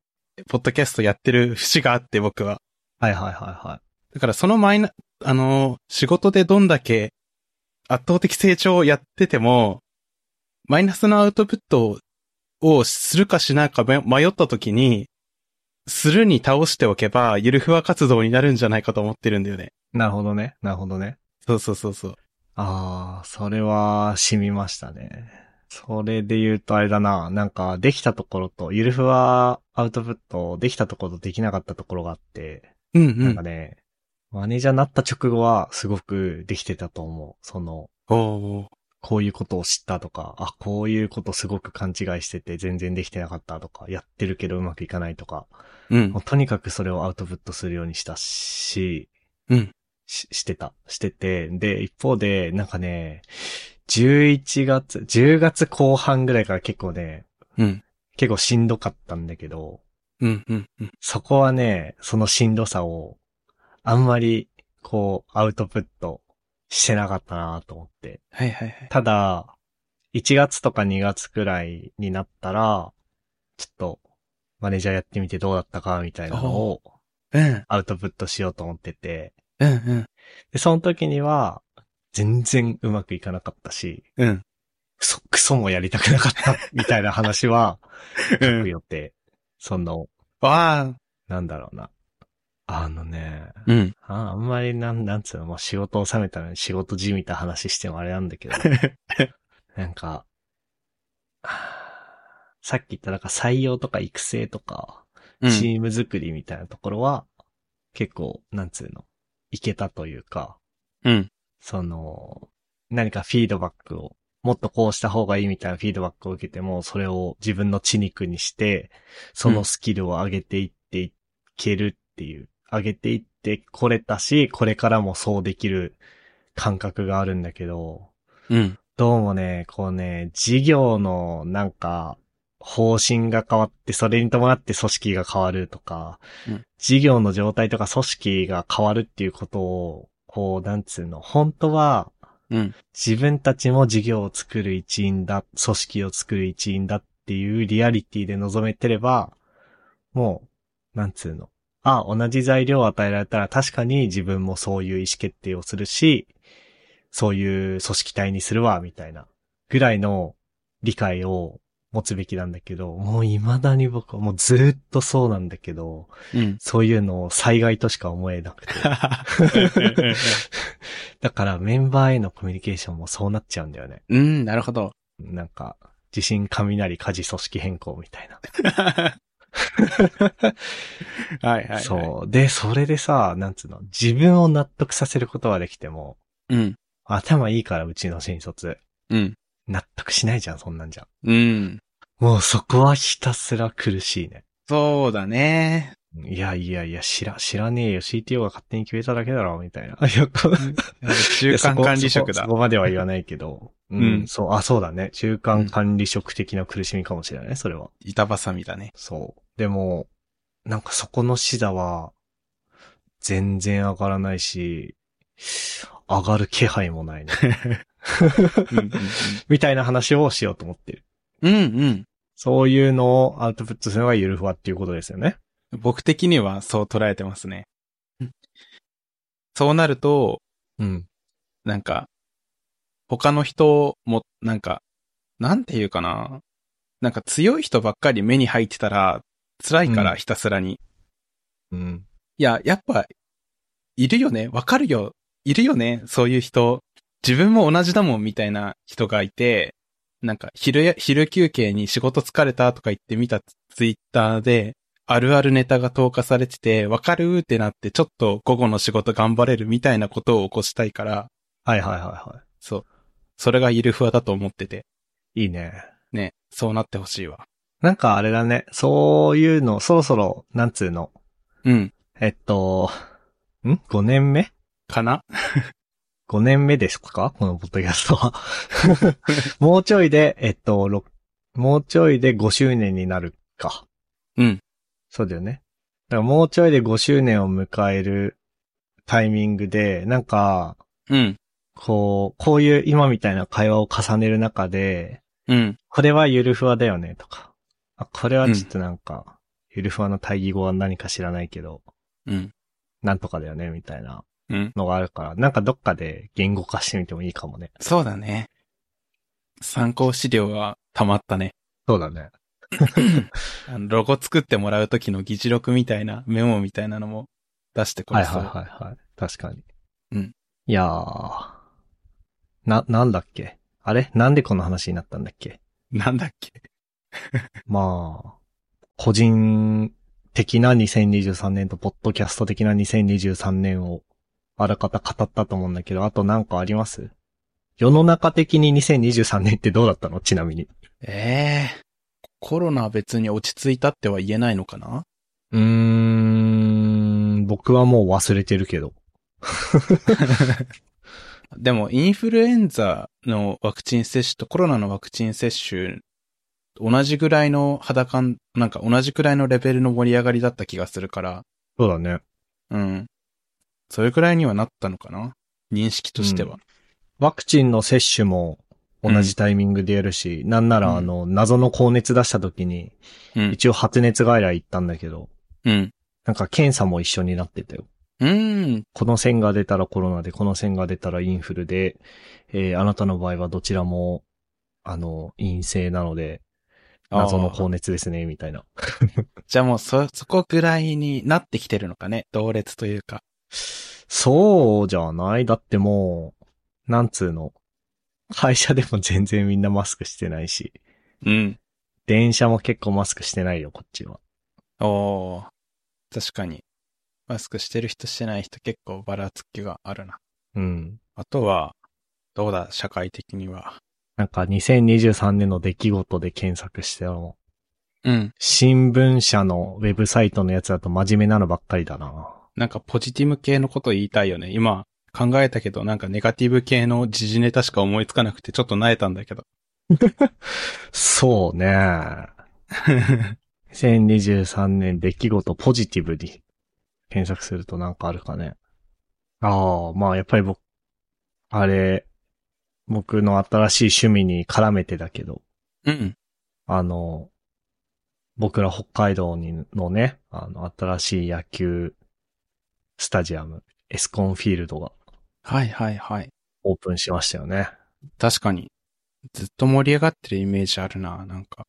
[SPEAKER 2] ポッドキャストやってる節があって僕は。
[SPEAKER 1] はいはいはいは
[SPEAKER 2] だからそのマイナ、あのー仕事でどんだけ圧倒的成長をやってても、マイナスのアウトプットをするかしないか迷迷った時に、するに倒しておけば、ゆるふわ活動になるんじゃないかと思ってるんだよね。
[SPEAKER 1] い。なるほどね。なるほどね。
[SPEAKER 2] そうそうそうそう。
[SPEAKER 1] ああ、それは、染みましたね。それで言うとあれだな、なんかできたところと、ゆるふわアウトプット、できたところとできなかったところがあって、
[SPEAKER 2] うんう
[SPEAKER 1] なん
[SPEAKER 2] ん
[SPEAKER 1] か。ね、マネージャーになった直後はすごくできてたと思う。その、
[SPEAKER 2] おおー
[SPEAKER 1] こういうことを知ったとか、あ、こういうことすごく勘違いしてて全然できてなかったとか、やってるけどうまくいかないとか、
[SPEAKER 2] うん
[SPEAKER 1] もう。とにかくそれをアウトプットするようにしたし、
[SPEAKER 2] うん
[SPEAKER 1] し、してた、してて、で、一方で、なんかね、11月、10月後半ぐらいから結構ね、
[SPEAKER 2] うん。
[SPEAKER 1] 結構しんどかったんだけど、
[SPEAKER 2] うん。うん。うん。
[SPEAKER 1] そこはね、そのしんどさを、あんまり、こう、アウトプットしてなかったなと思って。
[SPEAKER 2] はいはいはい。
[SPEAKER 1] ただ、1月とか2月くらいになったら、ちょっと、マネージャーやってみてどうだったかみたいなのを
[SPEAKER 2] うん。
[SPEAKER 1] アウトプットしようと思ってて、
[SPEAKER 2] うん。うん。
[SPEAKER 1] で、その時には、全然うまくいかなかったし、
[SPEAKER 2] うん。
[SPEAKER 1] クソ、クソもやりたくなか った、みたいな話は、
[SPEAKER 2] う
[SPEAKER 1] 書く
[SPEAKER 2] ん。
[SPEAKER 1] 予定。その、
[SPEAKER 2] わあ。
[SPEAKER 1] なんだろうな。あのね、
[SPEAKER 2] うん。
[SPEAKER 1] ああんまりなん、なんつうの、もう仕事を収めたのに仕事じみた話してもあれなんだ けど。なんか、はあさっき言ったなんか採用とか育成とか、
[SPEAKER 2] う
[SPEAKER 1] チ
[SPEAKER 2] ん。
[SPEAKER 1] ーム作りみたいなところは、結構、なんつうの、いけたというか、
[SPEAKER 2] うん。
[SPEAKER 1] その、何かフィードバックを、もっとこうした方がいいみたいなフィードバックを受けても、それを自分の血肉にして、そのスキルを上げていっていけるっていう、上げていってこれたし、これからもそうできる感覚があるんだけど、
[SPEAKER 2] うん。
[SPEAKER 1] どうもね、こうね、事業のなんか、方針が変わって、それに伴って組織が変わるとか、
[SPEAKER 2] うん
[SPEAKER 1] 事業の状態とか組織が変わるっていうことを、こう、なんつうの、本当は、
[SPEAKER 2] うん。
[SPEAKER 1] 自分たちも事業を作る一員だ、組織を作る一員だっていうリアリティで望めてれば、もう、なんつうの。あ、同じ材料を与えられたら確かに自分もそういう意思決定をするし、そういう組織体にするわ、みたいな、ぐらいの理解を持つべきなんだけど、もう未だに僕はもうずーっとそうなんだけど、
[SPEAKER 2] うん。
[SPEAKER 1] そういうのを災害としか思えなくて。だからメンバーへのコミュニケーションもそうなっちゃうんだよね。
[SPEAKER 2] うん。なるほど。
[SPEAKER 1] なんか、地震、雷、火事、組織変更みたいな。
[SPEAKER 2] はいはいはい。
[SPEAKER 1] そう。で、それでさ、なんつうの、自分を納得させることはできても、
[SPEAKER 2] う。うん。
[SPEAKER 1] 頭いいからうちの新卒。
[SPEAKER 2] うん。
[SPEAKER 1] 納得しないじゃん、そんなんじゃん。
[SPEAKER 2] うん。
[SPEAKER 1] もうそこはひたすら苦しいね。
[SPEAKER 2] そうだね。
[SPEAKER 1] いやいやいや、知ら、知らねえよ。CTO が勝手に決めただけだろ、みたいな。 いやこ
[SPEAKER 2] 中間管理
[SPEAKER 1] そこそこ
[SPEAKER 2] 職だ
[SPEAKER 1] そ。こまでは言わないけど。うん、
[SPEAKER 2] うん
[SPEAKER 1] そう、あ、そうだね。中間管理職的な苦しみかもしれないね、それは。
[SPEAKER 2] 板挟みだね。
[SPEAKER 1] そう。でも、なんかそこのシダは、全然上がらないし、上がる気配もないね。
[SPEAKER 2] うん
[SPEAKER 1] みたいな話をしようと思ってる。
[SPEAKER 2] うんうん。
[SPEAKER 1] そういうのをアウトプットするのがゆるふわっていうことですよね。
[SPEAKER 2] 僕的にはそう捉えてますね。そうなると、
[SPEAKER 1] うん。
[SPEAKER 2] なんか、他の人も、なんか、なんていうかな。なんか強い人ばっかり目に入ってたら、辛いからひたすらに。
[SPEAKER 1] うん。
[SPEAKER 2] いや、やっぱ、いるよね。わかるよ。いるよね。そういう人。自分も同じだもん、みたいな人がいて、なんか、昼や、昼休憩に仕事疲れたとか言ってみたツイッターで、あるあるネタが投下されてて、わかるーってなって、ちょっと午後の仕事頑張れるみたいなことを起こしたいから、
[SPEAKER 1] はいはいはいは
[SPEAKER 2] そう。それがゆるふわだと思ってて、
[SPEAKER 1] い。いいね。
[SPEAKER 2] ね。そうなってほしいわ。
[SPEAKER 1] なんかあれだね。そういうの、そろそろ、なんつうの。
[SPEAKER 2] うん。
[SPEAKER 1] えっと、ん ?5 年目
[SPEAKER 2] かな
[SPEAKER 1] 5年目ですかこのポッドキャスト は。もうちょいで、えっと、ろもうちょいで5周年になるか。
[SPEAKER 2] うん。
[SPEAKER 1] そうだよね。だからもうちょいで5周年を迎えるタイミングで、なんか、
[SPEAKER 2] うん。
[SPEAKER 1] こう、こういう今みたいな会話を重ねる中で、
[SPEAKER 2] うん。
[SPEAKER 1] これはゆるふわだよね、とか。あ、これはちょっとなんか、ゆるふわの対義語は何か知らないけど、
[SPEAKER 2] うん。
[SPEAKER 1] なんとかだよね、みたいな
[SPEAKER 2] うん。
[SPEAKER 1] のがあるから、なんかどっかで言語化してみてもいいかもね。
[SPEAKER 2] そうだね。参考資料が溜まったね。
[SPEAKER 1] そうだね。
[SPEAKER 2] あのロゴ作ってもらうときの議事録みたいなメモみたいなのも出してこ
[SPEAKER 1] は
[SPEAKER 2] れ
[SPEAKER 1] い
[SPEAKER 2] そう。
[SPEAKER 1] はいはいはい。確かに。
[SPEAKER 2] うん。
[SPEAKER 1] いやー。な、なんだっけあれなんでこの話になったんだっけ
[SPEAKER 2] なんだっけ
[SPEAKER 1] まあ、個人的な2023年とポッドキャスト的な2023年をあらかた語ったと思うんだけど、あとなんかあります世の中的に2023年ってどうだったのちなみに。
[SPEAKER 2] ええコロナは別に落ち着いたっては言えないの かな
[SPEAKER 1] うーん、僕はもう忘れてるけど。
[SPEAKER 2] でも、インフルエンザのワクチン接種とコロナのワクチン接種、同じぐらいの肌感、なんか同じくらいのレベルの盛り上がりだった気がするから、
[SPEAKER 1] そうだね。
[SPEAKER 2] うん。それくらいにはなったのかな認識としては。
[SPEAKER 1] ワクチンの接種も同じタイミングでやるし、なんならあの、謎の高熱出した時に、
[SPEAKER 2] うん。
[SPEAKER 1] 一応発熱外来行ったんだけど、
[SPEAKER 2] うん。
[SPEAKER 1] なんか検査も一緒になってたよ。
[SPEAKER 2] うん。
[SPEAKER 1] この線が出たらコロナで、この線が出たらインフルで、えーあなたの場合はどちらも、あの、陰性なので、謎の
[SPEAKER 2] あ
[SPEAKER 1] 高熱ですね、みたいな。
[SPEAKER 2] ーじゃあもうそ、そこぐらいになってきてるのかね。同列というか。
[SPEAKER 1] そうじゃないだってもう、なんつうの。会社でも全然みんなマスクしてないし、
[SPEAKER 2] うん。
[SPEAKER 1] 電車も結構マスクしてないよ、こっちは。
[SPEAKER 2] おー。確かに。マスクしてる人してない人結構ばらつきがあるな。
[SPEAKER 1] うん。
[SPEAKER 2] あとは、どうだ、社会的には。
[SPEAKER 1] なんか2023年の出来事で検索しても、
[SPEAKER 2] うん。
[SPEAKER 1] 新聞社のウェブサイトのやつだと真面目なのばっかりだな。
[SPEAKER 2] なんかポジティブ系のこと言いたいよね。今、考えたけど、なんかネガティブ系の時事ネタしか思いつかなくて、ちょっと萎えたんだけど。
[SPEAKER 1] そうね。2023年出来事ポジティブに検索するとなんかあるかね。ああ、まあやっぱり僕、あれ、僕の新しい趣味に絡めてだけど、
[SPEAKER 2] うん。
[SPEAKER 1] あの、僕ら北海道にのね、あの、新しい野球スタジアム、エスコンフィールドが
[SPEAKER 2] はいはいはい。
[SPEAKER 1] オープンしましたよね。
[SPEAKER 2] 確かに。ずっと盛り上がってるイメージあるな。なんか、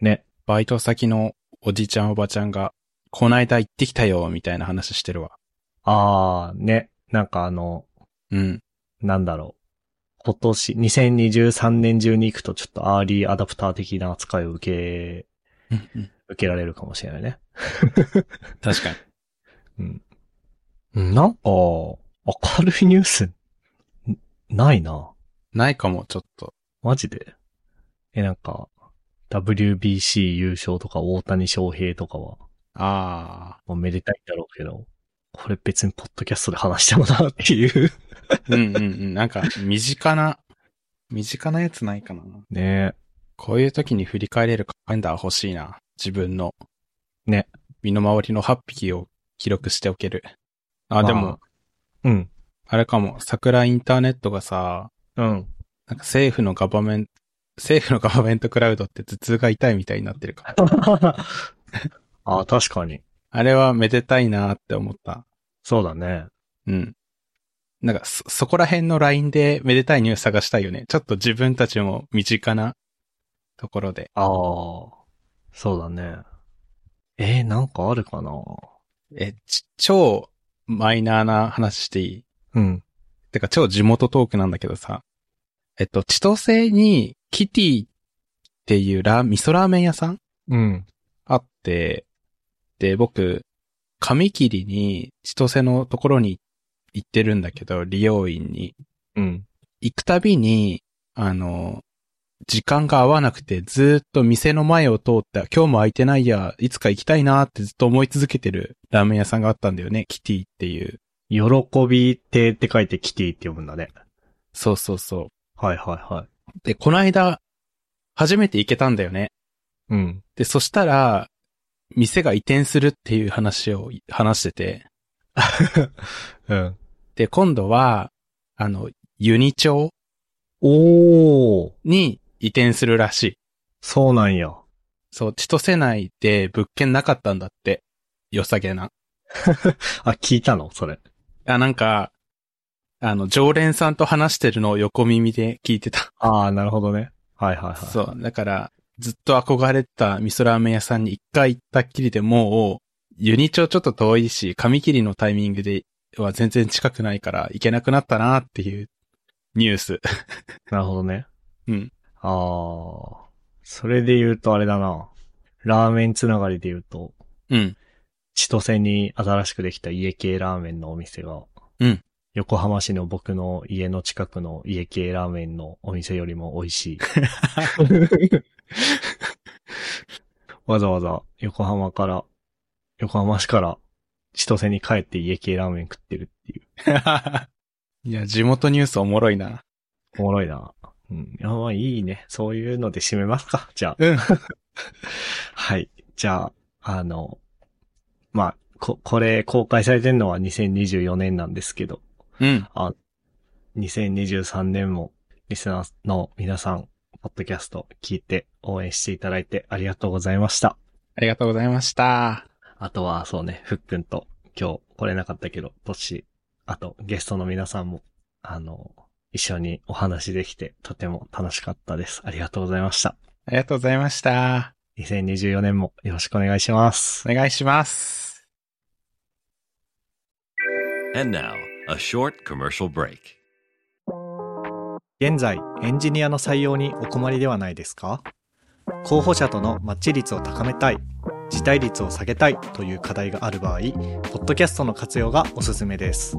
[SPEAKER 1] ね。
[SPEAKER 2] バイト先のおじちゃんおばちゃんが、こないだ行ってきたよ、みたいな話してるわ。
[SPEAKER 1] ああ、ね。なんかあの、
[SPEAKER 2] うん。
[SPEAKER 1] なんだろう。今年、2023年中に行くとちょっとアーリーアダプター的な扱いを受け、
[SPEAKER 2] うんうん
[SPEAKER 1] 受けられるかもしれないね。
[SPEAKER 2] 確かに。
[SPEAKER 1] うん。うんなんか、明るいニュース、んないな。
[SPEAKER 2] ないかも、ちょっと。
[SPEAKER 1] マジで。え、なんか、WBC 優勝とか大谷翔平とかは、
[SPEAKER 2] あ
[SPEAKER 1] もうめでたいんだろうけど、これ別にポッドキャストで話してもなっていう。
[SPEAKER 2] ー。うんうんうん。なんか、身近な、身近なやつないかな。
[SPEAKER 1] ね
[SPEAKER 2] こういう時に振り返れるカレンダー欲しいな。自分の。
[SPEAKER 1] ね。
[SPEAKER 2] 身の回りのハッピーを記録しておける。あ、
[SPEAKER 1] まあ
[SPEAKER 2] でも、
[SPEAKER 1] え。うん。
[SPEAKER 2] あれかも、桜インターネットがさ、
[SPEAKER 1] うん。
[SPEAKER 2] なんか政府のガバメント、政府のガバメントクラウドって頭痛が痛いみたいになってるか ら。
[SPEAKER 1] あ、確かに。
[SPEAKER 2] あれはめでたいなって思った。
[SPEAKER 1] そうだね。
[SPEAKER 2] うん。なんかそ、そこら辺のラインでめでたいニュース探したいよね。ちょっと自分たちも身近なところで。
[SPEAKER 1] ああ、そうだね。えー、なんかあるかな
[SPEAKER 2] え、ち超マイナーな話していい
[SPEAKER 1] うん。
[SPEAKER 2] てか超地元トークなんだけどさ。えっと、千歳にキティっていうラー、味噌ラーメン屋さん
[SPEAKER 1] うん。
[SPEAKER 2] あって、で、僕、髪切りに千歳のところに行ってるんだけど、利用院に。
[SPEAKER 1] うん。
[SPEAKER 2] 行くたびに、あの、時間が合わなくてずーっと店の前を通った、今日も空いてないや、いつか行きたいなーってずっと思い続けてるラーメン屋さんがあったんだよね、キティっていう。
[SPEAKER 1] 喜び亭って書いてキティって読むんだね。
[SPEAKER 2] そうそうそう。
[SPEAKER 1] はいはいはい。
[SPEAKER 2] で、この間、初めて行けたんだよね。
[SPEAKER 1] うん。
[SPEAKER 2] で、そしたら、店が移転するっていう話を話してて、
[SPEAKER 1] うん。
[SPEAKER 2] で、今度は、あの、ユニ町
[SPEAKER 1] おー、
[SPEAKER 2] に移転するらしい。
[SPEAKER 1] そうなんや。
[SPEAKER 2] そう、千歳内で物件なかったんだって。良さげな。
[SPEAKER 1] あ、聞いたのそれ。
[SPEAKER 2] あ、なんか、あの、常連さんと話してるのを横耳で聞いてた。
[SPEAKER 1] ああ、なるほどね。はいはいはい。
[SPEAKER 2] そう、だから、ずっと憧れてた味噌ラーメン屋さんに一回行ったっきりでもう、ユニ町ちょっと遠いし、髪切りのタイミングでは全然近くないから行けなくなったなっていうニュース。
[SPEAKER 1] なるほどね。
[SPEAKER 2] うん。
[SPEAKER 1] あー。それで言うとあれだな。ラーメンつながりで言うと、
[SPEAKER 2] うん。
[SPEAKER 1] 千歳に新しくできた家系ラーメンのお店が、
[SPEAKER 2] うん
[SPEAKER 1] 横浜市の僕の家の近くの家系ラーメンのお店よりも美味 しい。わざわざ横浜から、横浜市から千歳に帰って家系ラーメン食ってるっていう。
[SPEAKER 2] いや、地元ニュースおもろいな。
[SPEAKER 1] おもろいな。うん。いや、まあいいね。そういうので締めますか。 じゃあ。
[SPEAKER 2] うん。
[SPEAKER 1] はい。じゃあ、あの、まあ、こ、これ公開されてるのは2024年なんですけど、
[SPEAKER 2] うん。
[SPEAKER 1] 2023年もリスナーの皆さん、ポッドキャスト聞いて応援していただいてありがとうございました。
[SPEAKER 2] ありがとうございました。
[SPEAKER 1] あとは、そうね、ふっくんと今日来れなかったけど、トッシー、あとゲストの皆さんも、あの、一緒にお話できてとても楽しかったです。ありがとうございました。
[SPEAKER 2] ありがとうございました。
[SPEAKER 1] 2024年もよろしくお願いします。
[SPEAKER 2] お願いします。
[SPEAKER 3] And now, a short commercial break.
[SPEAKER 1] 現在エンジニアの採用にお困りではないですか候補者とのマッチ率を高めたい辞退率を下げたいという課題がある場合ポッドキャストの活用がおすすめです